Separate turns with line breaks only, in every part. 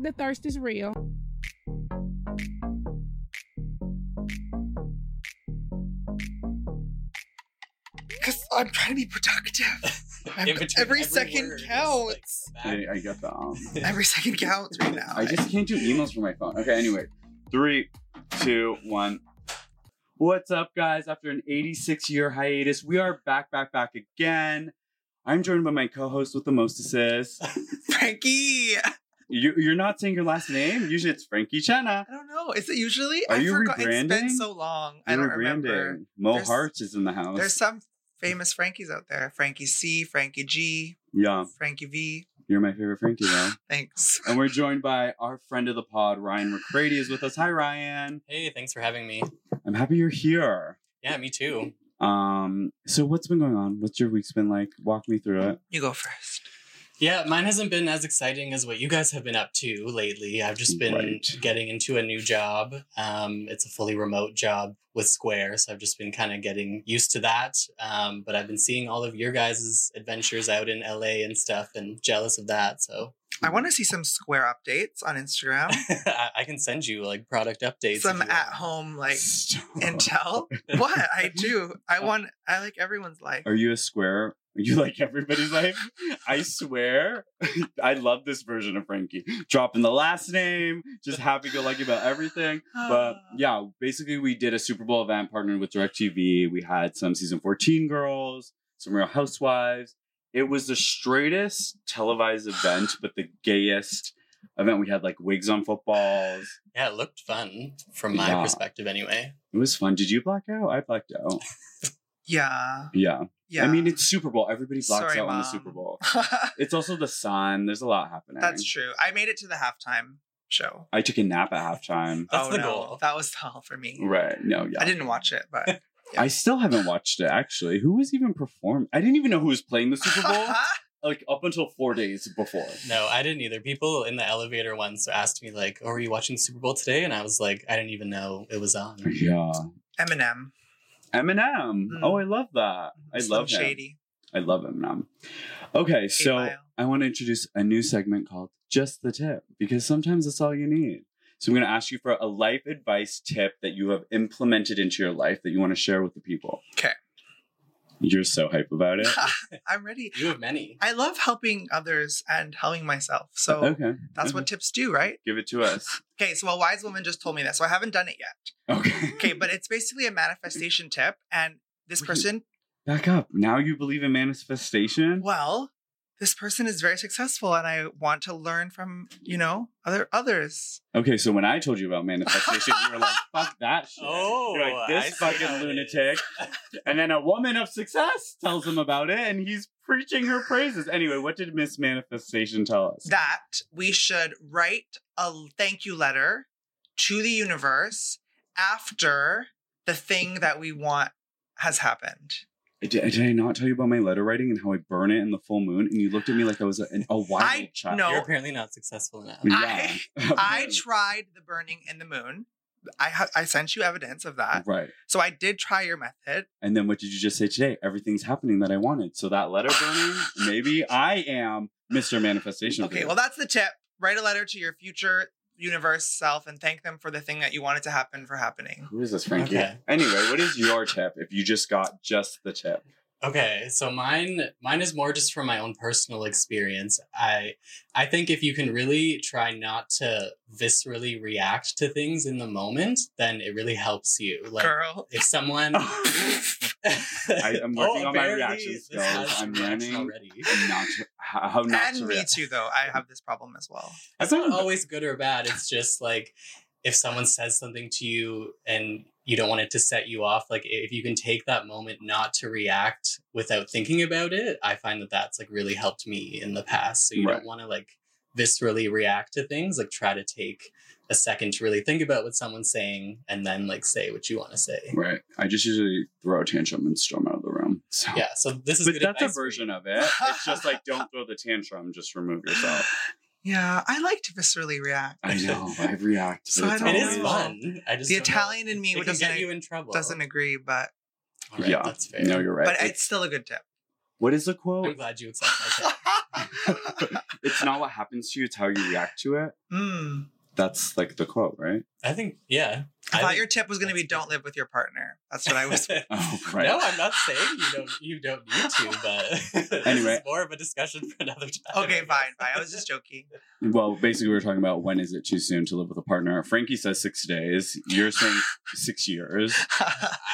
the thirst is real.
Because I'm trying to be productive.
In
Every,
between
every
word,
second
it's
counts.
like
I,
back.
I got the um.
Every second counts right now.
I just can't do emails from my phone. Okay, anyway. Three, two, one. What's up, guys? After an 86 year hiatus, we are back, back, back again. I'm joined by my co host with the most assists.
Frankie. I
You, you're not saying your last name? Usually it's Frankie Chenna.
don't know. Is it usually?
Are
I
you
forgot. It's been
rebranding?
so long. I
You're
don't remember.
rebranding. Mo
There's-
Hearts is in the
There's
house.
some famous Frankies out there. Frankie C, Frankie G,
Yeah,
Frankie V.
you're my favorite Frankie, though.
Thanks.
and we're joined by our friend of the pod, Ryan McCrady, is with us. Hi, Ryan.
Hey, thanks for having me.
I'm happy you're here.
Yeah, me too.
Um, so what's been going on? What's your week's been like? Walk me through it.
You go first.
Yeah, mine hasn't been as exciting as what you guys have been up to lately. I've just been
Right.
getting into a new job. Um, it's a fully remote job with Square, so I've just been kind of getting used to that. Um, but I've been seeing all of your guys' adventures out in LA and stuff, and jealous of that. So
I
Mm-hmm.
want to see some square updates on Instagram.
I, I can send you like product updates. if
some
you want.
at home like
Stop.
intel. what I do, I want. I like everyone's life.
Are you a square? Are you like everybody's life? I swear, I love this version of Frankie. Dropping the last name, just happy go lucky about everything. But yeah, basically, we did a Super Bowl event partnered with DirecTV. We had some season 14 girls, some real housewives. It was the straightest televised event, but the gayest event. We had like wigs on footballs.
Yeah, it looked fun from my
Yeah.
perspective anyway.
It was fun. Did you black out? I blacked out.
yeah,
Yeah.
yeah.
I mean, it's Super Bowl. Everybody blocks
Sorry,
out on the
Mom.
Super Bowl. It's also the sun. There's a lot happening.
that's true. I made it to the halftime show.
I took a nap at halftime.
That's
oh
the
no,
goal.
that was hell for me.
Right. No, yeah.
I didn't watch it, but
I still haven't watched it actually. Who was even performing? I didn't even know who was playing the Super Bowl like up until four days before.
No, I didn't either. People in the elevator once asked me like, "Oh, are you watching Super Bowl today?" And I was like, "I didn't even know it was on."
Yeah.
Eminem.
Eminem.
Mm.
Oh, I love that. I
Slim
love him.
Shady.
I love Eminem. Okay, so
Mile.
I want to introduce a new segment called Just the Tip because sometimes that's all you need. So I'm going to ask you for a life advice tip that you have implemented into your life that you want to share with the people.
'Kay.
You're so hype about it.
I'm ready.
You have many.
I love helping others and helping myself. So
okay.
that's what tips do, right?
Give it to us.
Okay, so a wise woman just told me that, so I haven't done it yet.
Okay.
Okay, but it's basically a manifestation tip, and this
Wait.
person,
Back up. Now you believe in manifestation?
well, this person is very successful, and I want to learn from you know other others.
Okay, so when I told you about manifestation, you were like, fuck that shit.
Oh,
You're like,
I
this
see how
fucking
it is.
lunatic. and then a woman of success tells him about it, and he's preaching her praises. Anyway, what did Miss Manifestation tell us?
That we should write a thank you letter to the universe after the thing that we want has happened.
did, did I not tell you about my letter writing and how I burn it in the full moon? And you looked at me like I was a, an- a wild
I-
child.
no.
You're apparently not successful enough.
Yeah.
Oh,
I tried the burning in the moon. I ha- I sent you evidence of that,
Right.
so I did try your method.
And then what did you just say today? Everything's happening that I wanted. So that letter burning, maybe I am Mr. Manifestation.
Okay,
Burner.
well, that's the tip. Write a letter to your future universe self and thank them for the thing that you wanted to happen for happening.
Who is this, Frankie?
Okay.
Anyway, what is your tip if you just got just the tip?
Okay, so mine mine is more just from my own personal experience. I I think if you can really try not to viscerally react to things in the moment, then it really helps you. Like
Girl,
if someone
I
Oh,
am working on my reaction
reactions.
skills. I'm learning.
already.
And not to, how how not to
and me
react.
too, though. I have this problem as well.
It's
I
not
don't-
always good or bad. It's just like if someone says something to you and you don't want it to set you off, like if you can take that moment not to react without thinking about it, I find that that's like really helped me in the past. So you
Right.
don't want to like viscerally react to things, like try to take a second to really think about what someone's saying and then like say what you want to say.
Right. I just usually throw a tantrum and storm out of the room. So.
Yeah. So this is
But
good
that's a
advice for you.
version of it. It's just like don't throw the tantrum, just remove yourself.
Yeah, I like to viscerally react.
I know. I react.
So
but
I
it's
don't
It is
Oh.
always-
fun. I just
The
don't know.
Italian in me
It can
doesn't
get you in trouble.
doesn't agree, but
All right,
Yeah.
That's fair.
No, you're right.
but
It's-
it's still a good tip.
what is the
I'm
quote?
glad you accept my tip.
It's not what happens to you, it's how you react to it.
Mm.
That's like the quote, right?
I think, yeah.
I, thought
think-
your tip was going to be don't live with your partner. That's what I was.
Oh, right.
No, I'm not saying you don't you don't need to, but this
Anyway.
is more of a discussion for another time.
okay, fine, fine. I was just joking.
Well, basically, we were talking about when is it too soon to live with a partner. Frankie says six days. You're saying six years.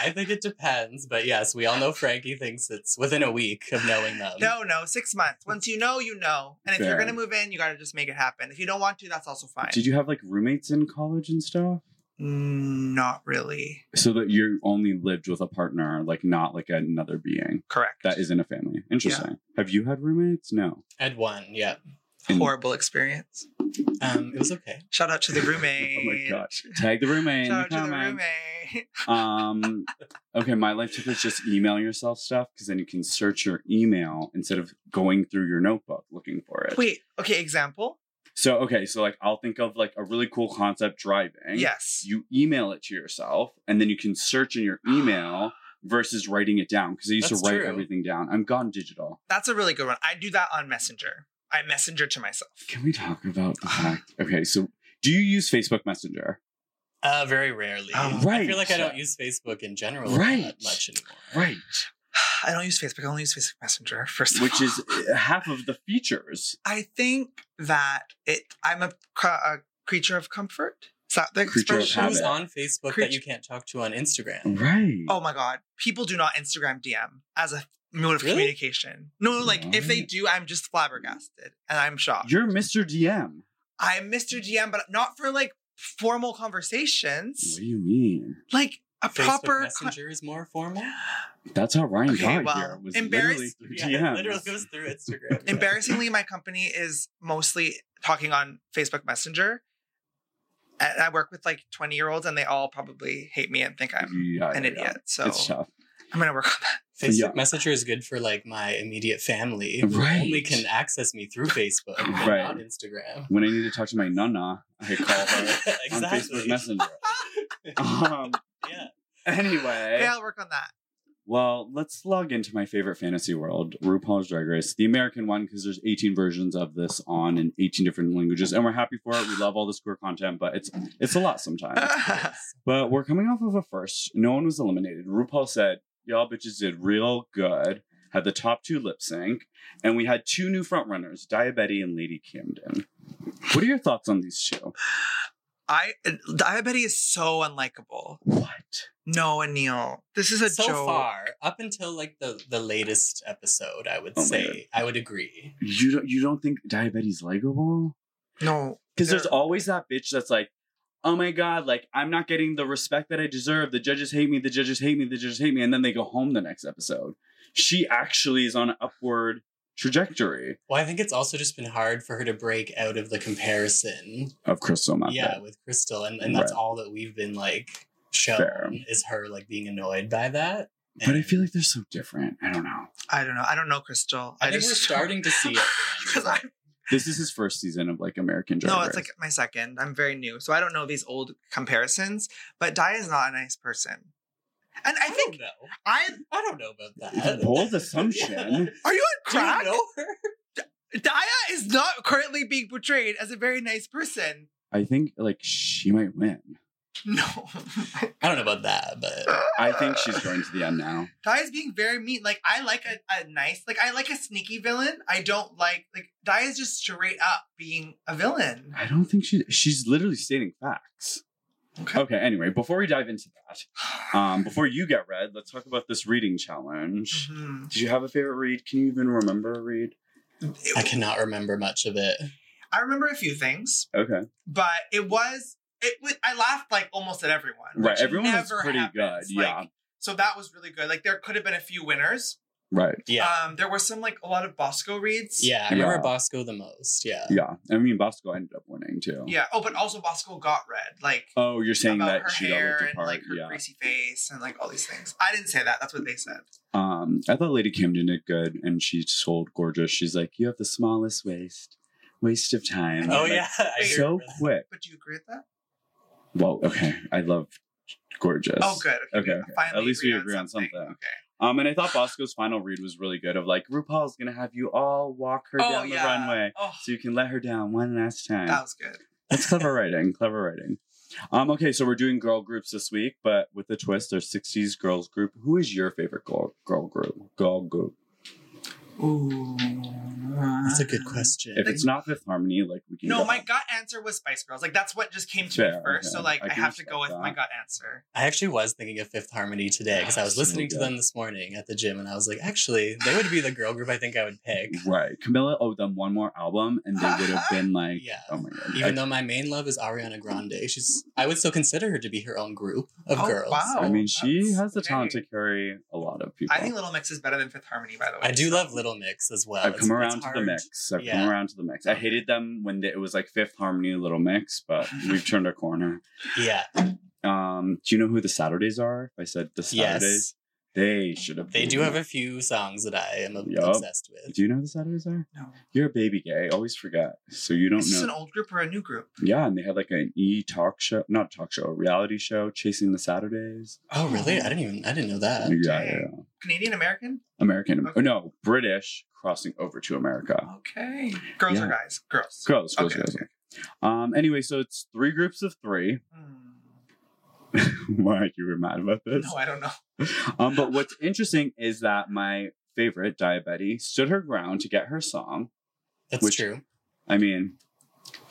I think it depends, but yes, we all know Frankie thinks it's within a week of knowing them.
no, no, six months. Once you know, you know. And if you're
Fair.
going to move in, you got to just make it happen. If you don't want to, that's also fine.
Did you have like roommates in college and stuff?
Mm, not really.
So that you only lived with a partner, like not like another being
Correct.
that isn't a family. Interesting. Have you had roommates? No.
At one, yeah.
in-
horrible experience.
Um, it was okay.
Shout out to the roommate.
Oh my gosh. Tag the roommate in the
Shout out to the
comments.
roommate.
Um, okay, my life tip is just email yourself stuff because then you can search your email instead of going through your notebook looking for it.
Wait, okay, example?
So okay, so like I'll think of like a really cool concept driving.
Yes.
You email it to yourself and then you can search in your email versus writing it down because I used
That's
to write
true.
everything down. I'm gone digital.
That's a really good one. I do that on Messenger. I messenger to myself.
Can we talk about the fact? Okay, so do you use Facebook Messenger?
Uh, very rarely.
Oh,
right.
I feel like I don't use Facebook in general
Right.
that much anymore.
Right.
I don't use Facebook. I only use Facebook Messenger. First, of
Which
all.
is half of the features.
I think that it. I'm a, cr- a creature of comfort. Is that the
Creature of
expression?
habit.
Who's on Facebook
Creature-
that you can't talk to on Instagram?
Right.
Oh my god, people do not Instagram DM as a mode of
Really?
communication. No, like if they
What?
do, I'm just flabbergasted and I'm shocked.
You're Mr. DM.
I'm Mr. DM, but not for like formal conversations.
What do you mean?
Like a
Facebook
proper. con-
Messenger is more formal.
That's how Ryan
Okay,
got
well,
here. Was
embarrass-
literally through
Yeah, it
DMs.
literally goes through Instagram. yeah.
Embarrassingly, my company is mostly talking on Facebook Messenger. And I work with like 20 year olds, and they all probably hate me and think I'm
Yeah,
an
yeah,
idiot. So
yeah. It's tough.
I'm going to work on that.
Facebook
Yeah.
Messenger is good for like my immediate family who
Right.
only can access me through Facebook, and
Right.
not Instagram.
When I need to talk to my nana, I call her on Facebook Messenger. Um,
yeah.
anyway,
Yeah, I'll work on that.
well, let's log into my favorite fantasy world, RuPaul's Drag Race, the American one, because there's 18 versions of this on in 18 different languages, and we're happy for it. We love all this queer content, but it's it's a lot sometimes. But we're coming off of a first. No one was eliminated. RuPaul said, Y'all bitches did real good. Had the top two lip sync. And we had two new frontrunners, Diabetti and Lady Camden. What are your thoughts on these two?
I diabetes is so unlikable.
What?
No, Anil, this is a
so
joke.
far, up until like the the latest episode, I would
Oh my
say I would agree.
You don't you don't think Diabetti's likable?
No,
Because there's
They're-
always that bitch that's like, oh my god, like I'm not getting the respect that I deserve. The judges hate me, the judges hate me, the judges hate me, and then they go home the next episode. She actually is on an upward trajectory
Well, I think it's also just been hard for her to break out of the comparison.
of Crystal Method.
yeah, with Crystal, and, and that's
Right.
all that we've been like shown
Fair.
is her like being annoyed by that.
But I
And
feel like they're so different. I don't know.
I don't know. I don't know, Crystal.
I, think we're starting to see it.
because I
This is his first season of like American Drag
no,
Race.
it's like my second. I'm very new, so I don't know these old comparisons. But Dia is not a nice person, and I
I don't
think
know.
I
I don't know about that.
It's a bold assumption.
are you on
Do you
crack?
know her?
Dia is not currently being portrayed as a very nice person.
I think like she might win.
No,
I don't know about that, but
I think she's going to the end now.
Dia is being very mean. Like I like a, a nice, like I like a sneaky villain. I don't like like Dia is just straight up being a villain.
I don't think she she's literally stating facts.
Okay.
Okay, anyway, before we dive into that, um, before you get read, let's talk about this reading challenge.
Mhm.
Did you have a favorite read? Can you even remember a read?
I cannot remember much of it.
I remember a few things.
Okay.
but it was it was I laughed like almost at everyone.
Right.
which
Everyone was
never
pretty
happens.
good.
Like,
yeah.
So that was really good. Like there could have been a few winners.
Right.
Yeah,
Um there were some like a lot of Bosco reads.
yeah. I remember
Yeah.
Bosco the most. Yeah.
Yeah. I mean Bosco ended up winning too.
Yeah. Oh, but also Bosco got read. Like
Oh, you're saying
about
that
her
she got
hair
ripped
and
apart.
like her
yeah.
greasy face and like all these things. I didn't say that. That's what they said.
Um, I thought Lady Camden did good, and she told Gorgeous, she's like, "You have the smallest waist, waste of time."
Oh
Like,
yeah. I do
so
remember that.
quick.
But do you agree with that?
Well, okay, I love Gorgeous.
Oh good.
Okay,
we
okay.
finally
At least we agree on something.
Okay.
Um, and I thought Bosco's final read was really good of like RuPaul's gonna have you all walk her
Oh,
down
yeah.
the runway
Oh,
so you can let her down one last time.
that was good.
That's clever writing. Clever writing. Um, okay, so we're doing girl groups this week, but with a twist, our '60s girls group. Who is your favorite girl girl group? Girl group.
Ooh.
That's a good question.
If it's not Fifth Harmony, like we can.
No,
go-
my gut answer was Spice Girls. Like that's what just came to me
Fair,
first. So
okay.
like
I
I,
can
have to go with
respect
my
that.
gut answer.
I actually was thinking of Fifth Harmony today because I was
Ah, So
listening to
good.
them this morning at the gym, and I was like, actually, they would be the girl group I think I would pick.
Right, Camilla owed them one more album, and they would have been like,
Yeah.
"Oh my god!"
Even though my main love is Ariana Grande, she's I would still consider her to be her own group of
Oh,
girls.
wow.
I mean, she
that's
has the talent
great.
to carry a lot of people.
I think Little Mix is better than Fifth Harmony, by the way.
I do love Little Mix as well.
I've
It's-
come
it's
around to the
hard.
mix. I've
Yeah.
come around to the mix. I hated them when they, it was like Fifth Harmony, Little Mix, but we've turned a corner.
Yeah,
Um, do you know who the Saturdays are? If I said the
yes,
Saturdays, they should have.
they
been
do
there.
have a few songs that I am
Yup.
obsessed with.
Do you know who the Saturdays are?
No.
You're a baby gay. I always forget, so you don't
Is this
know.
an old group or a new group?
yeah, and they had like an e talk show, not talk show, a reality show, Chasing the Saturdays.
Oh, really? I didn't even I didn't know that.
yeah, yeah,
Oh, dang.
yeah.
Canadian American?
American, Oh,
Okay.
no, British crossing over to America.
Okay. Girls or
Yeah.
guys? Girls.
Girls, girls,
Okay,
girls.
okay.
Um. Anyway, so it's three groups of three.
Hmm.
Why you were mad about this?
No, I don't know.
um, but what's interesting is that my favorite, Diabetti, stood her ground to get her song.
That's
Which-
true.
I mean,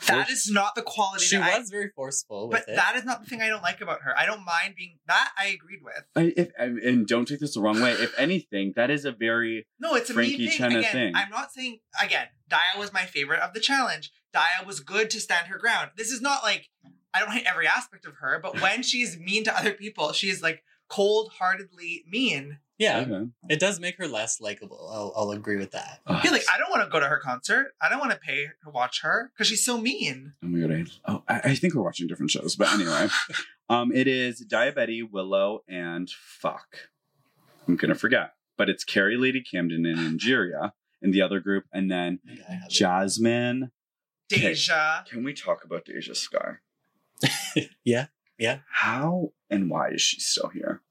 That is not the quality
She
that I-
was very forceful with
but
it.
that is not the thing I don't like about her. I don't mind being that I agreed with.
I, if, I- and don't take this the wrong way. If anything, that is a very
No, it's a
Frankie
me thing.
Chena
again,
thing.
I'm not saying again. Dia was my favorite of the challenge. Dia was good to stand her ground. This is not like I don't hate every aspect of her, but when she's mean to other people, she is like cold-heartedly mean.
yeah,
Okay.
it does make her less likable. I'll, I'll agree with that.
Ugh,
Yeah, like I don't want to go to her concert. I don't want to pay to watch her because she's so mean.
oh my god! I, oh, I, I think we're watching different shows, but anyway, um, it is Diabetti, Willow, and fuck. I'm gonna forget, but it's Carrie, Lady Camden, and Nigeria in the other group, and then
I think I have it.
Jasmine. Okay.
Deja.
Can we talk about Deja Sky?
Yeah, yeah.
How and why is she still here?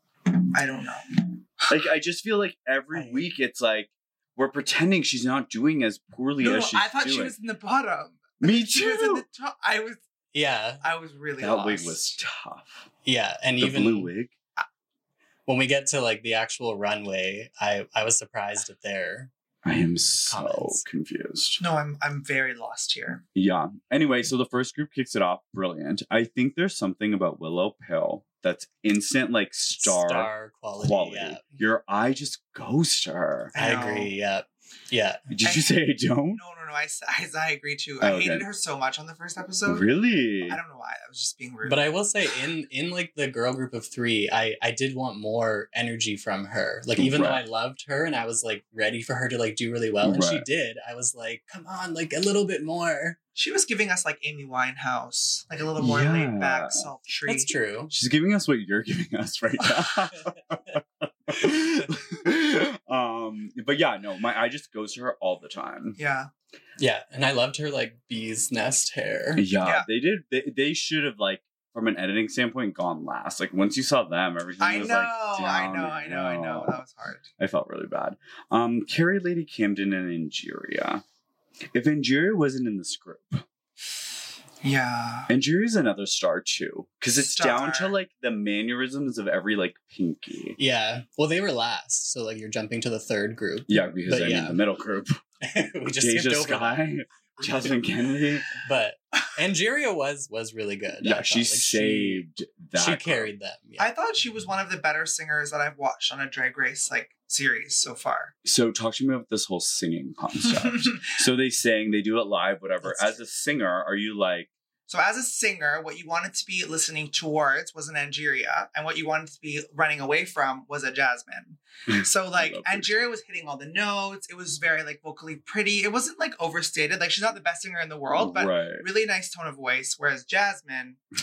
I don't know.
Like I just feel like every
I-
week it's like we're pretending she's not doing as poorly
No, no,
as she's
I thought
doing.
she was in the bottom.
Me
She was in
too.
the top. I was.
Yeah,
I was really
That
lost.
wig was tough.
yeah. And
The
even
blue wig.
when we get to like the actual runway, I I was surprised at their
I am so
Comments.
confused.
No, I'm. I'm very lost here.
Yeah. Anyway, so the first group kicks it off. Brilliant. I think there's something about Willow Pill that's instant, like star,
star, quality.
quality.
Yeah.
Your eye just goes to her.
I
know.
agree. Yeah, yeah.
Did you say I don't?
No, no, no. I, s- I, I agree too.
Oh,
I
okay.
hated her so much on the first episode.
really?
I don't know why. I was just being rude.
But I will say, in in like the girl group of three, I I did want more energy from her. Like even
Right.
though I loved her and I was like ready for her to like do really well, and she
Right.
did. I was like, come on, like a little bit more.
she was giving us like Amy Winehouse, like a little more
Yeah.
laid back, sultry.
That's true.
She's giving us what you're giving us right now. um, but yeah, no, my eye just goes to her all the time.
Yeah.
Yeah, and I loved her like bees nest hair.
Yeah,
Yeah.
they did. They, they should have like from an editing standpoint gone last. Like once you saw them, everything
I know,
was like
I
down
know, I know, I know.
the
That
hill.
was hard.
I felt really bad. Um, Carrie, Lady Camden, and Injuria. If Injuria wasn't in this group,
Yeah.
Injuria's another star too, because it's down to
Star.
like the mannerisms of every like pinky.
Yeah. Well, they were last, so like you're jumping to the third group.
Yeah, because
But
I mean
yeah.
the middle group.
we just
Deja
skipped over. that.
Sky, Jasmine Kennedy.
But Angeria was was really good. I
Yeah,
thought.
she
Like,
saved that.
She
girl.
carried them. Yeah.
I thought she was one of the better singers that I've watched on a Drag Race like series so far.
So talk to me about this whole singing concept.
so
so they sing, they do it live, whatever.
That's
As a singer, are you like,
as a singer, what you wanted to be listening towards was an Angeria, and what you wanted to be running away from was a Jasmine. So like
Hmm. love this.
Angeria was hitting all the notes. It was very like vocally pretty. It wasn't like overstated. Like she's not the best singer in the world, but
right?
really nice tone of voice. Whereas Jasmine, uh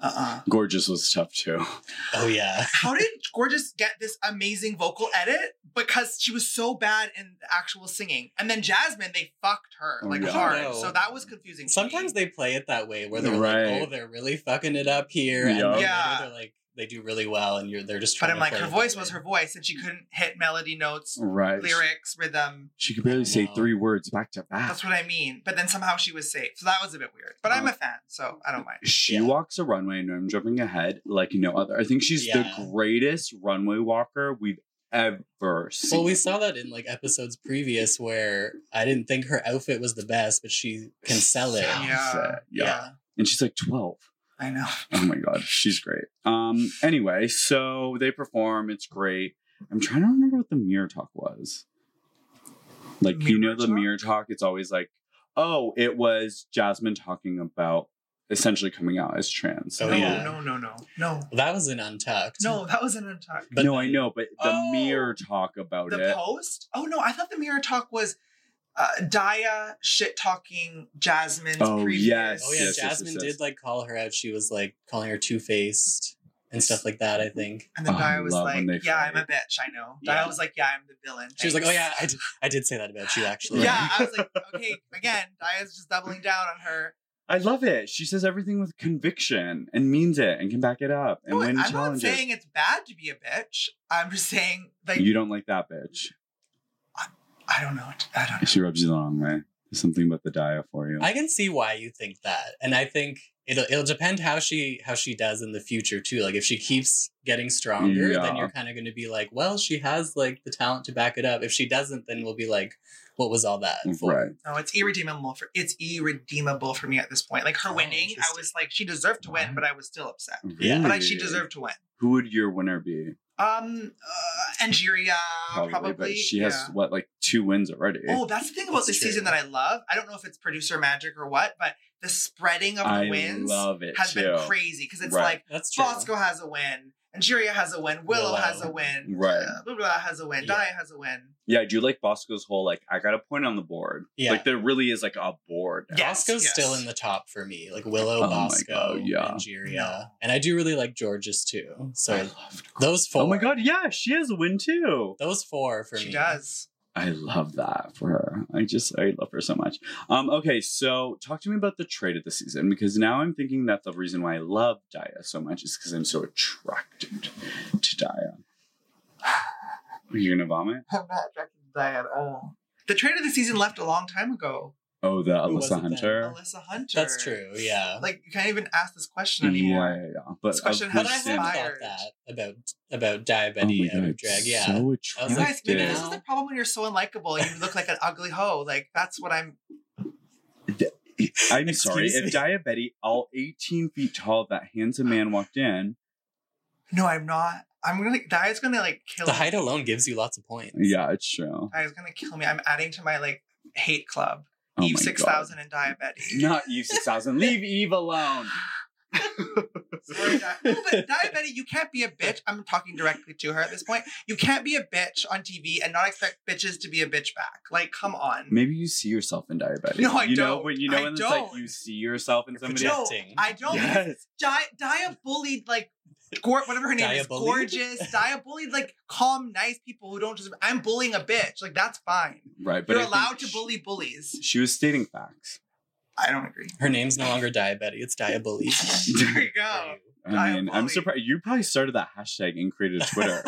uh
Gorgeous was tough too.
oh yeah.
How did Gorgeous get this amazing vocal edit? Because she was so bad in the actual singing. And then Jasmine, they fucked her
Oh,
like
yeah.
I
hard.
know.
So that was confusing. to me.
Sometimes they play it that way where they're
Right.
like, oh, they're really fucking it up here.
Yeah.
And then
Yeah.
later they're like, they do really well, and you're they're just.
But I'm
Trying to
like,
play
her
with
voice
it.
was her voice, and she couldn't hit melody notes,
Right.
lyrics, rhythm.
She could barely say
Wow.
three words back to back.
That's what I mean. But then somehow she was safe. So that was a bit weird. But
Uh-huh.
I'm a fan, so I don't mind.
She
Yeah.
walks a runway, and I'm jumping ahead like no other. I think she's
Yeah.
the greatest runway walker we've ever seen.
Well, we saw that in like episodes previous where I didn't think her outfit was the best, but she can sell it.
Sells
Yeah.
it, yeah. And she's like 12.
I know.
Oh my god, she's great. Um. Anyway, so they perform. It's great. I'm trying to remember what the mirror talk was. Like you know
Mirror
the
talk?
mirror talk. It's always like, oh, it was Jasmine talking about essentially coming out as trans.
Oh,
no,
yeah.
no, no, no, no,
That was an untucked.
no. That was an untucked.
but
no,
then-
I know, but the
Oh!
mirror talk about
The
it.
post? Oh no, I thought the mirror talk was uh, Daya shit talking Jasmine's
Oh,
previous.
yes,
Oh yeah,
yes, yes,
Jasmine
yes.
did like call her out. She was like calling her two faced and stuff like that. I think
And then
Oh, I
Daya was
love when
like,
they
"Yeah,
fight.
I'm a bitch. I know."
Yeah.
Daya was like, "Yeah, I'm the villain."
she was like, "Oh
Thanks."
yeah, I did, I did say that about you actually."
Yeah, I was like, "Okay, again, Daya's just doubling down on her."
I love it. She says everything with conviction and means it and can back it up and
No,
win
I'm not
challenges.
saying it's bad to be a bitch. I'm just saying, like,
you don't like that bitch.
I don't know. I don't know.
She rubs you the wrong way. There's something about the dia for you.
I can see why you think that, and I think it'll it'll depend how she how she does in the future too. Like if she keeps getting stronger, then
Yeah.
you're kind of going to be like, well, she has like the talent to back it up. If she doesn't, then we'll be like, what was all that for?
right.
No, it's irredeemable for it's irredeemable for me at this point. Like her
Oh,
winning, I
interesting.
was like, she deserved to win, but I was still upset.
Yeah.
But like, she
Really?
deserved to win.
Who would your winner be?
Um, uh, Angeria, probably.
but she has
yeah.
what, like two wins already.
Oh, that's the thing about
That's
this
true.
season that I love. I don't know if it's producer magic or what, but the spreading of the
I
wins
love it
has
too.
been crazy because it's
Right.
That's true.
like Bosco has a win, Angeria has a win, Willow,
Willow.
has a win,
Right.
uh, Blah blah has a win,
Yeah.
Daya has a win.
Yeah, I do like Bosco's whole like I got a point on the board.
Yeah.
Like there really is like a board. now.
Yeah. Yes,
Bosco's
yes.
still in the top for me, like Willow,
Oh my
Bosco,
God, yeah.
Angeria,
No.
and I do really like George's too.
I
So
loved
those four,
Oh my god, yeah, she has a win too.
those four for
she
me.
does.
I love that for her. I just I love her so much. Um, okay, so talk to me about the trade of the season because now I'm thinking that the reason why I love Daya so much is because I'm so attracted to Daya. Are you gonna vomit?
I'm not attracted to Daya at all. The trade of the season left a long time ago.
Oh, the
Who was
Alyssa
it then?
Hunter.
Alyssa Hunter.
That's true. Yeah.
Like you can't even ask this question
Yeah,
anymore.
yeah, yeah. But
This question
of
had
but
who's
I
Who's
have
standing-
thought
fired?
that about about
Oh my
diabetes out
God,
of drag.
it's
Yeah.
So
I
You
was like,
guys, maybe this
attractive.
is the problem when you're so unlikable. You look like an ugly hoe. Like that's what I'm.
I'm sorry.
Excuse me.
If Diabetti, all 18 feet tall, that handsome man walked in,
No, I'm not. I'm gonna. Daya's gonna like kill.
the
me.
height alone gives you lots of points.
yeah, it's true.
Daya's gonna kill me. I'm adding to my like hate club.
Oh
Eve
my
six
God.
thousand and diabetes.
Not Eve 6000. Leave Eve alone.
Sorry, Di- no, but diabetes, you can't be a bitch. I'm talking directly to her at this point. You can't be a bitch on TV and not expect bitches to be a bitch back. Like, come on.
Maybe you see yourself in diabetic.
No, I
you know,
don't.
When you know,
I
when it's like
don't.
you see yourself in
You're
somebody.
No,
else.
projecting.
I don't.
Yes.
Di- Dia bullied like gor- whatever her name
Dia
is,
bullied?
gorgeous. Dia bullied like calm, nice people who don't just. I'm bullying a bitch. Like that's fine.
Right, but I
You're
think
allowed to
sh-
bully bullies.
She was stating facts.
I don't agree.
Her name's no longer diabetes; it's diabetes.
There you go.
I
I
mean,
am
I'm
bullied.
surprised. You probably started that hashtag and created Twitter.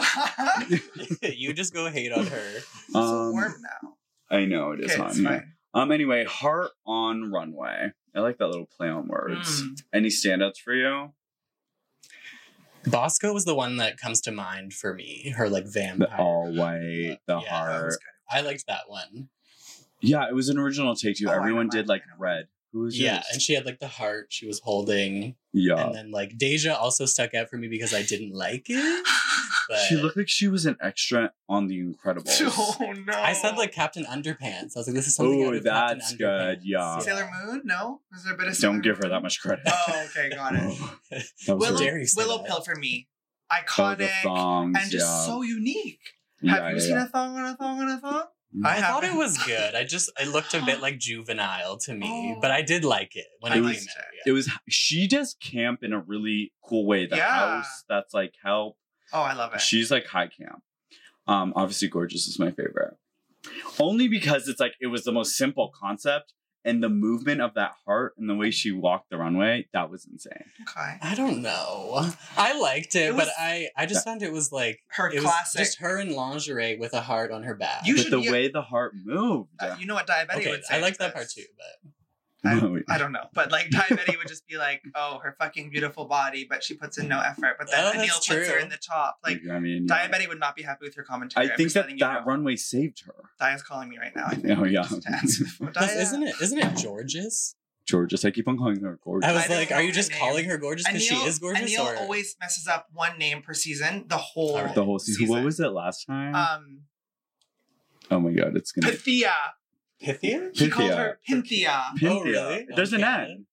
you just go hate on her.
so
um,
warm now.
I know it is
Okay,
hot
it's
in here.
fine.
Um. Anyway, heart on runway. I like that little play on words.
Mm.
Any standouts for you?
Bosco was the one that comes to mind for me. Her like vampire.
The all white,
Yeah,
the
that
That
heart.
was
I liked that one.
Yeah, it was an original take too.
Oh, I know
Everyone did
mine,
like
I know
red. Who was
Yeah,
yours?
and she had like the heart she was holding,
yeah.
and then like Deja also stuck out for me because I didn't like it.
Hmm.
But
she looked like she was an extra on The Incredibles.
good. Oh no!
I said like Captain Underpants. I was like, this is something.
Ooh,
out of
that's
Captain
good,
Underpants.
yeah.
Sailor Moon. No, was there a bit of? Sailor
Uh, Don't give her
Moon?
that much credit.
Oh, okay, got it.
Whoa.
Moon.
That was
Willow,
her-
Dare you say
Willow
that.
Pill for me.
Oh, the
Iconic
thongs,
and just
yeah.
so unique.
Yeah,
Have you
yeah,
seen
yeah.
a thong on a thong on a thong?
Mm.
I,
I
thought it
haven't.
was good. I just it looked a bit like juvenile to me,
Oh.
but I did like it when
I
I, came out.
liked
It was she does camp in a really cool way. The
Yeah.
house that's like help.
Oh, I love it.
She's like high camp. Um, obviously, gorgeous is my favorite, only because it's like it was the most simple concept, and the movement of that heart and the way she walked the runway, that was insane.
Okay.
I don't know. I liked it,
It was-
but I I just found it was like
Her
it was
classic.
just her in lingerie with a heart on her back.
You
but
should
the
be a-
way the heart moved.
uh, you know what Diabetti
okay,
would say.
I liked
to this.
that part too, but
I, I don't know, but like Ty Betty would just be like, "Oh, her fucking beautiful body, but she puts in no effort." But then
Oh,
Anil puts
that's
her
true.
in the top. Like
I mean,
Dia Betty would not be happy with her commentary.
I
I'm
think
just
that
letting you know.
that rundiae saved her.
Dia's calling me right now. I think.
Oh yeah,
Just to answer the phone.
Plus,
Dia.
isn't it isn't it gorgeous?
Georges. I keep on calling her gorgeous.
I was
I don't
like,
know
are you
her
just
name.
calling her gorgeous because she
Anil-
is gorgeous?
Anil
Or
always messes up one name per season. The whole
Alright.
the whole season. What was it last time?
um
oh my god, it's gonna.
Pythia?
Pythia?
He called
Pythia.
her Pinthia
Oh,
Pinthia.
really?
There's an
Okay.
N.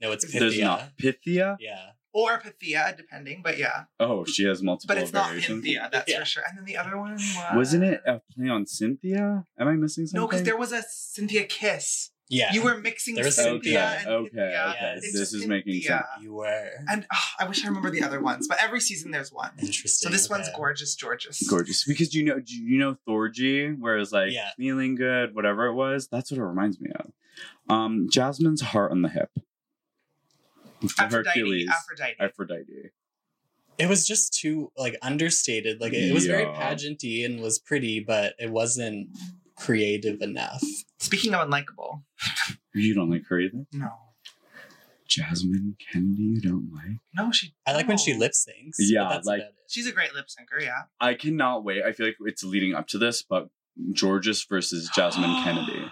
No, it's Pythia.
There's not Pythia.
Yeah.
or Pythia, depending. But yeah,
Oh, she has multiple
but it's not
variations.
Pinthia. That's
Yeah.
for sure. And then the other one was
Wasn't it a play on Cynthia? Am I missing something?
No, because there was a Cynthia kiss.
Yeah.
You were mixing
There was
Cynthia
Cynthia.
and
Okay,
Cynthia.
okay.
It's
This
just
is making
Cynthia.
You were.
And ah, I wish I remember the other ones, but every season there's one. So
Interesting.
this one's
okay.
gorgeous, gorgeous.
gorgeous because you know do you know Thorgy, where it was like
Yeah.
feeling good, whatever it was. That's what it reminds me of. Um, Jasmine's heart on the hip.
Aphrodite,
Hercules.
Aphrodite.
Aphrodite.
It was just too like understated. Like it, it was very
Yeah.
pageanty and was pretty, but it wasn't creative enough.
Speaking of unlikable,
You don't like her either.
no,
Jasmine Kennedy, you don't like.
no, she.
I like when
no.
she lip syncs. but
Yeah,
that's
like-
about it.
She's a great lip syncer. Yeah.
I cannot wait. I feel like it's leading up to this, but Georges versus Jasmine Kennedy.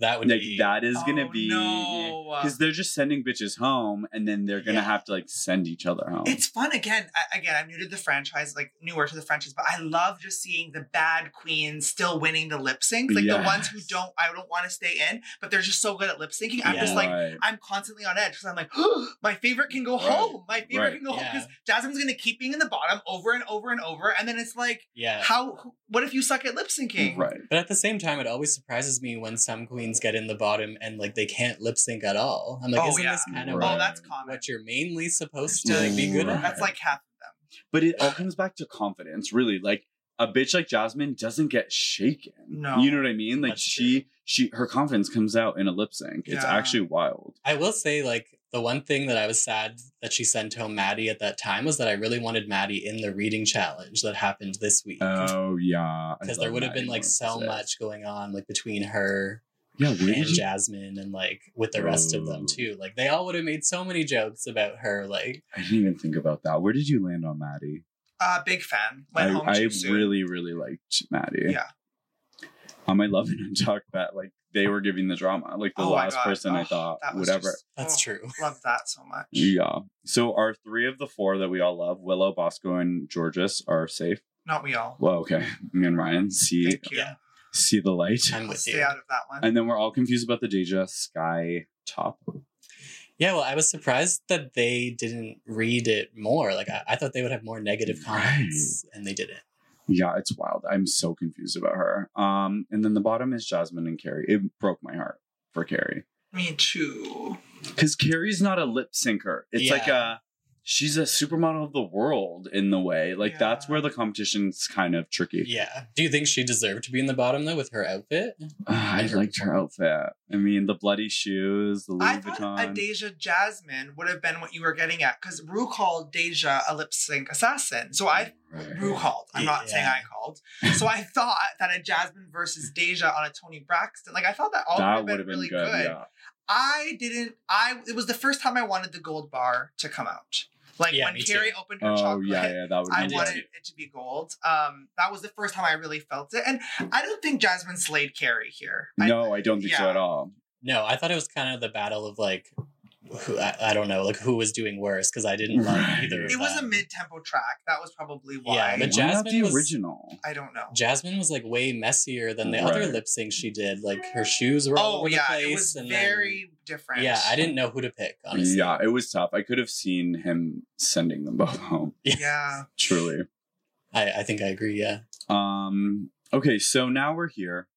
that would
Like
be
that is gonna
Oh,
be
no.
because they're just sending bitches home, and then they're gonna
Yeah.
have to like send each other home.
It's fun again. I, again, I'm new to the franchise, like newer to the franchise, but I love just seeing the bad queens still winning the lip syncs, like the ones who
Yes.
don't. I don't want to stay in, but they're just so good at lip syncing. I'm just
Yeah.
like,
Right.
I'm constantly on edge because I'm like, my favorite can go
Right.
home. My favorite
Right.
can go home because
Yeah.
Jasmine's gonna keep being in the bottom over and over and over, and then it's like,
yeah.
how? What if you suck at lip syncing?
right.
But at the same time, it always surprises me when some queens get in the bottom and like they can't lip sync at all. I'm like,
Oh,
isn't
yeah.
this kind of
Right.
Oh, that's common.
what you're mainly supposed to like, be good
Right.
at?
That's like half of them.
But it all comes back to confidence, really. Like a bitch like Jasmine doesn't get shaken.
No.
You know what I mean? Like
That's
she she her confidence comes out in a lip sync. It's
Yeah.
actually wild.
I will say, like, the one thing that I was sad that she sent home Maddie at that time was that I really wanted Maddie in the reading challenge that happened this week.
Oh yeah. I
because there
love
would have
Maddie
been like
Moore
so
possessed.
much going on, like between her
Yeah, where
and
did you-
Jasmine, and like with the rest of them
Oh.
too. Like they all would have made so many jokes about her. Like
I didn't even think about that. Where did you land on Maddie?
Uh, big fan. Went
I,
home
I
too soon.
really, really liked Maddie.
Yeah.
Um, I love it on talk that like they were giving the drama. Like the
Oh my
last
God.
person I
Oh,
thought,
that was
whatever.
just-
that's
oh,
true.
Love that so much.
Yeah. So our three of the four that we all love, Willow, Bosco, and Georges are safe.
Not we all.
Well, okay. Me and Ryan see
Thank you.
Yeah.
see the light.
I'm
I'll
with
stay
you.
out of that one.
And then we're all confused about the Deja Sky top.
Yeah, well, I was surprised that they didn't read it more. Like I, I thought they would have more negative comments, and they didn't.
Yeah, it's wild. I'm so confused about her. Um, and then the bottom is Jasmine and Carrie. It broke my heart for Carrie.
Me too.
Because Carrie's not a lip syncer. It's like a she's a supermodel of the world in the way. Like that's
Yeah.
where the competition's kind of tricky.
Yeah. Do you think she deserved to be in the bottom though with her outfit?
Ah, I liked her outfit. I mean, the bloody shoes, the Louis
I
Vuitton.
thought a Deja Jasmine would have been what you were getting at because Rue called Deja a lip sync assassin. So I
Right.
Who called. I'm not saying I
Yeah.
called. So I thought that a Jasmine versus Deja on a Tony Braxton, like I thought that all
that
would have been really good.
Yeah.
I didn't. I it was the first time I wanted the gold bar to come out. Like
Yeah,
when
me
Carrie
too.
opened her
Oh
chocolate.
yeah, yeah, that would.
I
be
wanted it to be gold. Um, that was the first time I really felt it, and I don't think Jasmine slayed Carrie here. I-
No, I don't think so
yeah.
at all.
No, I thought it was kind of the battle of like, who, I, I don't know, like who was doing worse because I didn't like
Right.
either. of
it was a
them.
mid-tempo track. That was probably why.
um, Yeah, but
Why not
Jasmine
the
was-
original.
I don't know.
Jasmine was like way messier than the other
Right.
lip sync she did. Like her shoes were all
Oh
over the
yeah,
place.
it was
and
very
Then,
different.
yeah, I didn't know who to pick honestly.
Yeah, it was tough. I could have seen him sending them both home.
Yeah.
Truly.
I, I think I agree. Yeah.
Um. Okay, so now we're here.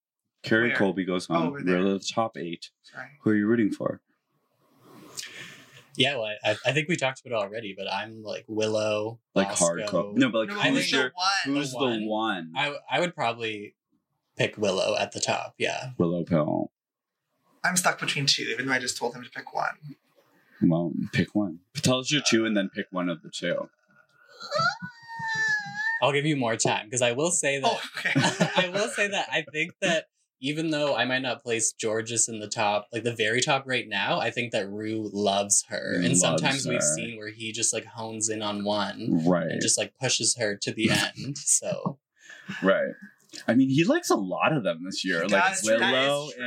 Carrie
Where?
Colby goes home.
Oh, we're there.
we're the top eight.
Sorry.
Who are you rooting for?
Yeah. Well, I, I think we talked about it already, but I'm like Willow.
Like
Bosco.
hard hardcore. No, but like
no,
I
who's
think-
who's
the
your
one?
who's the one?
one. I I would probably pick Willow at the top. Yeah.
Willow Pill.
I'm stuck between two, even though I just told him to pick one.
Well, pick one. Tell us your two and then pick one of the two.
I'll give you more time because I will say that
Oh, okay.
I will say that I think that even though I might not place Georges in the top, like the very top right now, I think that Rue loves her. And
Loves
sometimes
her.
we've seen where he just like hones in on one
Right.
and just like pushes her to the end. So
Right. I mean, he likes a lot of them this year,
He
like
does, that
Willow,
is true.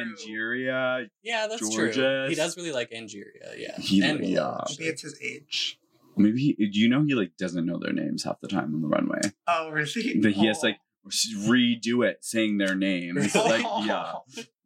Angeria.
yeah, that's true. He
Georges.
does really like Angeria, yeah.
He-
and Willow,
yeah.
actually.
Maybe it's his age.
Maybe he, do you know he like doesn't know their names half the time on the runway?
Oh, really?
That he has
Oh.
like redo it saying their names. like yeah,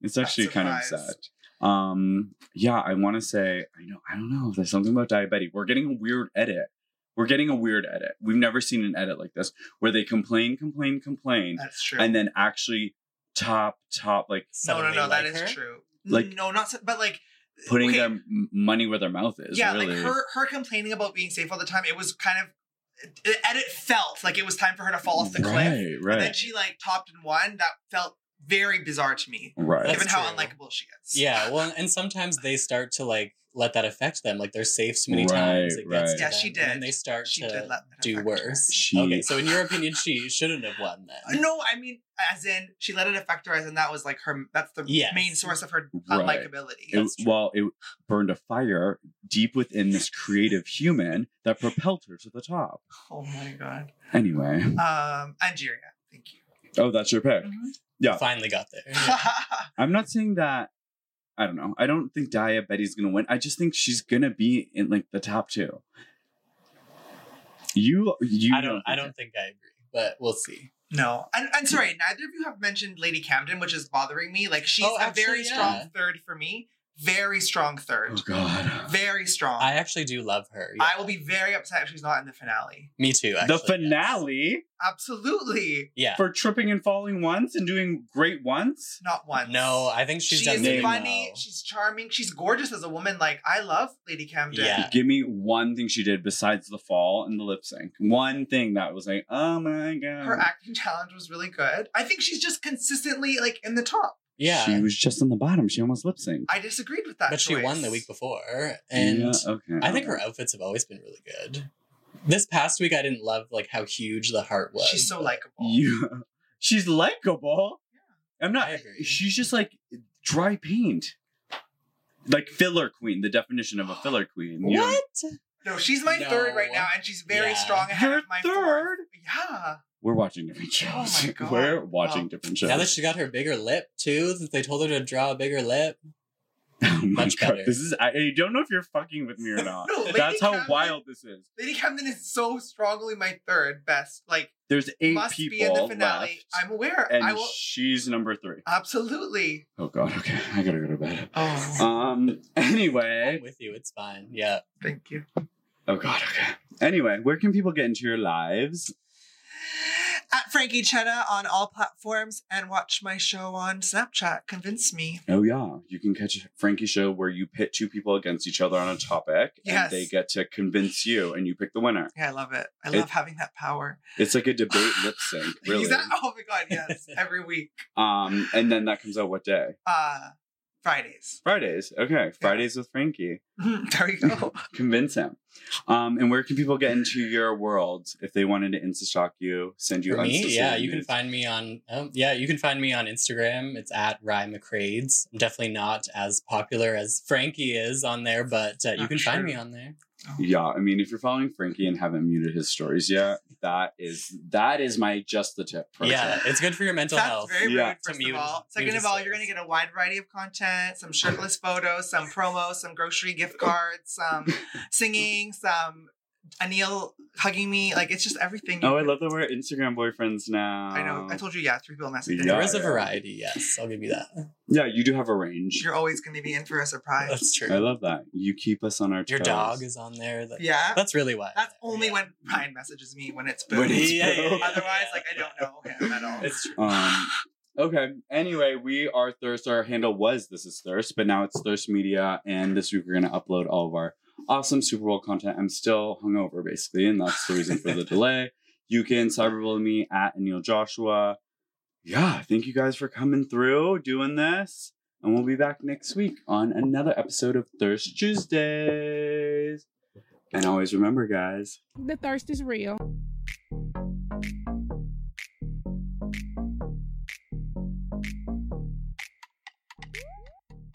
it's
I'm
actually kind of sad.
surprised.
Um, yeah, I want to say I know I don't know. There's something about diabetic. We're getting a weird edit. We're getting a weird edit. We've never seen an edit like this where they complain, complain, complain,
That's true.
and then actually top top like
no, no,
Suddenly
no, that
like
is
her.
true.
Like-
no, not so, but like
putting
okay,
their m- money where their mouth is.
yeah,
really.
like her her complaining about being safe all the time. It was kind of it, it- and it felt like it was time for her to fall off the cliff.
Right,
And then
right,
she like topped and won. That felt very bizarre to me,
right.
That's
given how
true.
unlikable she is.
Yeah, well, and sometimes they start to like let that affect them. Like they're safe so many
Right,
times. It gets
right.
to
Yeah, she
them, And then
did.
they start
she
to
did let that
do
affect her. Uh,
worse.
She-
Okay, so in your opinion, she shouldn't have won then.
No, I mean, as in she let it affect her, as in that was like her. That's the
Yes.
main source of her
Right.
unlikability.
It, well, it burned a fire deep within this creative human that propelled her to the top.
oh my god.
Anyway,
Um, Angeria, thank you.
oh, that's your pick. Yeah.
Finally got there. Yeah.
I'm not saying that. I don't know. I don't think Dia Betty's gonna win. I just think she's gonna be in like the top two. You, you.
I don't. I don't think I agree, but we'll see.
no, and, and sorry, neither of you have mentioned Lady Camden, which is bothering me. Like she's
Oh,
a
actually,
very
yeah.
strong third for me. Very strong
Oh
third.
God.
Very strong. I,
I actually do love her. yeah.
will be very upset if she's not in the finale.
Me too.
The
Actually,
finale
Absolutely,
yes.
for tripping and falling once and doing great once.
not
Yeah.
once.
No, I think she's
she
done
is
really
funny.
well.
She's charming. She's gorgeous as a woman. Like I love Lady Camden.
Yeah.
Give me one thing she did besides the fall and the lip sync. One thing that was like, oh my god.
Her acting challenge was really good. I think she's just consistently like in the top.
Yeah,
She was just on the bottom. She almost lip synced.
I disagreed with that.
but she won the
choice.
week before, and
okay.
I think her outfits have always been really good. This past week, I didn't love like how huge the heart was.
She's so likable.
You, she's likable. I'm not.
I agree.
She's just like dry paint, like filler queen. The definition of a filler queen. you know?
What?
No, she's my
No.
third right now, and she's very
Yeah.
strong ahead
You're
of my
third?
fourth. Yeah.
We're watching different
Oh
shows.
my God.
We're watching
Wow.
different shows.
Now that she got her bigger lip too, since they told her to draw a bigger lip.
oh my
much
God,
better.
This is. I, I don't know if you're fucking with me or not.
No, Lady
That's how
Camden-
wild this is.
Lady Camden is so strongly my third best. Like
There's eight
must
people
be in the finale.
left,
I'm aware.
and
I will
she's number three.
absolutely.
Oh God. Okay, I gotta go to bed.
Oh,
Um. Anyway.
I'm with you. It's fine. Yeah.
thank you.
Oh God. Okay. Anyway, where can people get into your lives?
At Frankie Chena on all platforms, and watch my show on Snapchat. Convince me.
Oh yeah, you can catch Frankie show where you pit two people against each other on a topic,
Yes.
and they get to convince you, and you pick the winner.
Yeah, I love it. I
It-
love having that power.
It's like a debate lip sync, really.
Exact- oh my god, yes. Every week.
Um, and then that comes out what day?
Uh Fridays.
Fridays. Okay, Fridays with Frankie.
Mhm, There we go.
Convince him. Um, and where can people get into your world if they wanted to insta stalk you, send you?
For me,
unsolicited
yeah, you can
nudes?
find me on um, yeah, you can find me on Instagram. It's at Rye McCrades. I'm definitely not as popular as Frankie is on there, but uh, you
Not
can find
true.
me on there.
Yeah, I mean, if you're following Frankie and haven't muted his stories yet, that is that is my just the tip. person.
Yeah, it's good for your mental
That's
health.
very
Yeah.
rude, first
To mute-
of all.
mute
Second of
his
all,
face.
you're going to get a wide variety of content, some shirtless photos, some promos, some grocery gift
Oh.
cards, some singing, some Anil hugging me. Like, it's just everything. you
Oh, I
could-
love that we're Instagram boyfriends now.
I know. I told you, yeah, three people messaged.
Yeah,
there is a
yeah.
variety. Yes, I'll give you that.
Yeah, you do have a range.
You're always going to be in for a surprise.
That's
I
true.
love that. You keep us on our
Your
toes.
dog is on there. That-
Yeah.
That's really why.
That's only when Brian messages me when it's boo.
When it's
Yeah, yeah, yeah, yeah.
Otherwise, like, I don't know him at all.
It's true.
Um, okay. Anyway, we are Thirst. Our handle was This Is Thirst, but now it's Thirst Media. And this week we're going to upload all of our awesome Super Bowl content. I'm still hungover, basically, and that's the reason for the delay. You can cyberbully me at Neil Joshua. Yeah, thank you guys for coming through, doing this. And we'll be back next week on another episode of Thirst Tuesdays. And always remember, guys.
The thirst is real.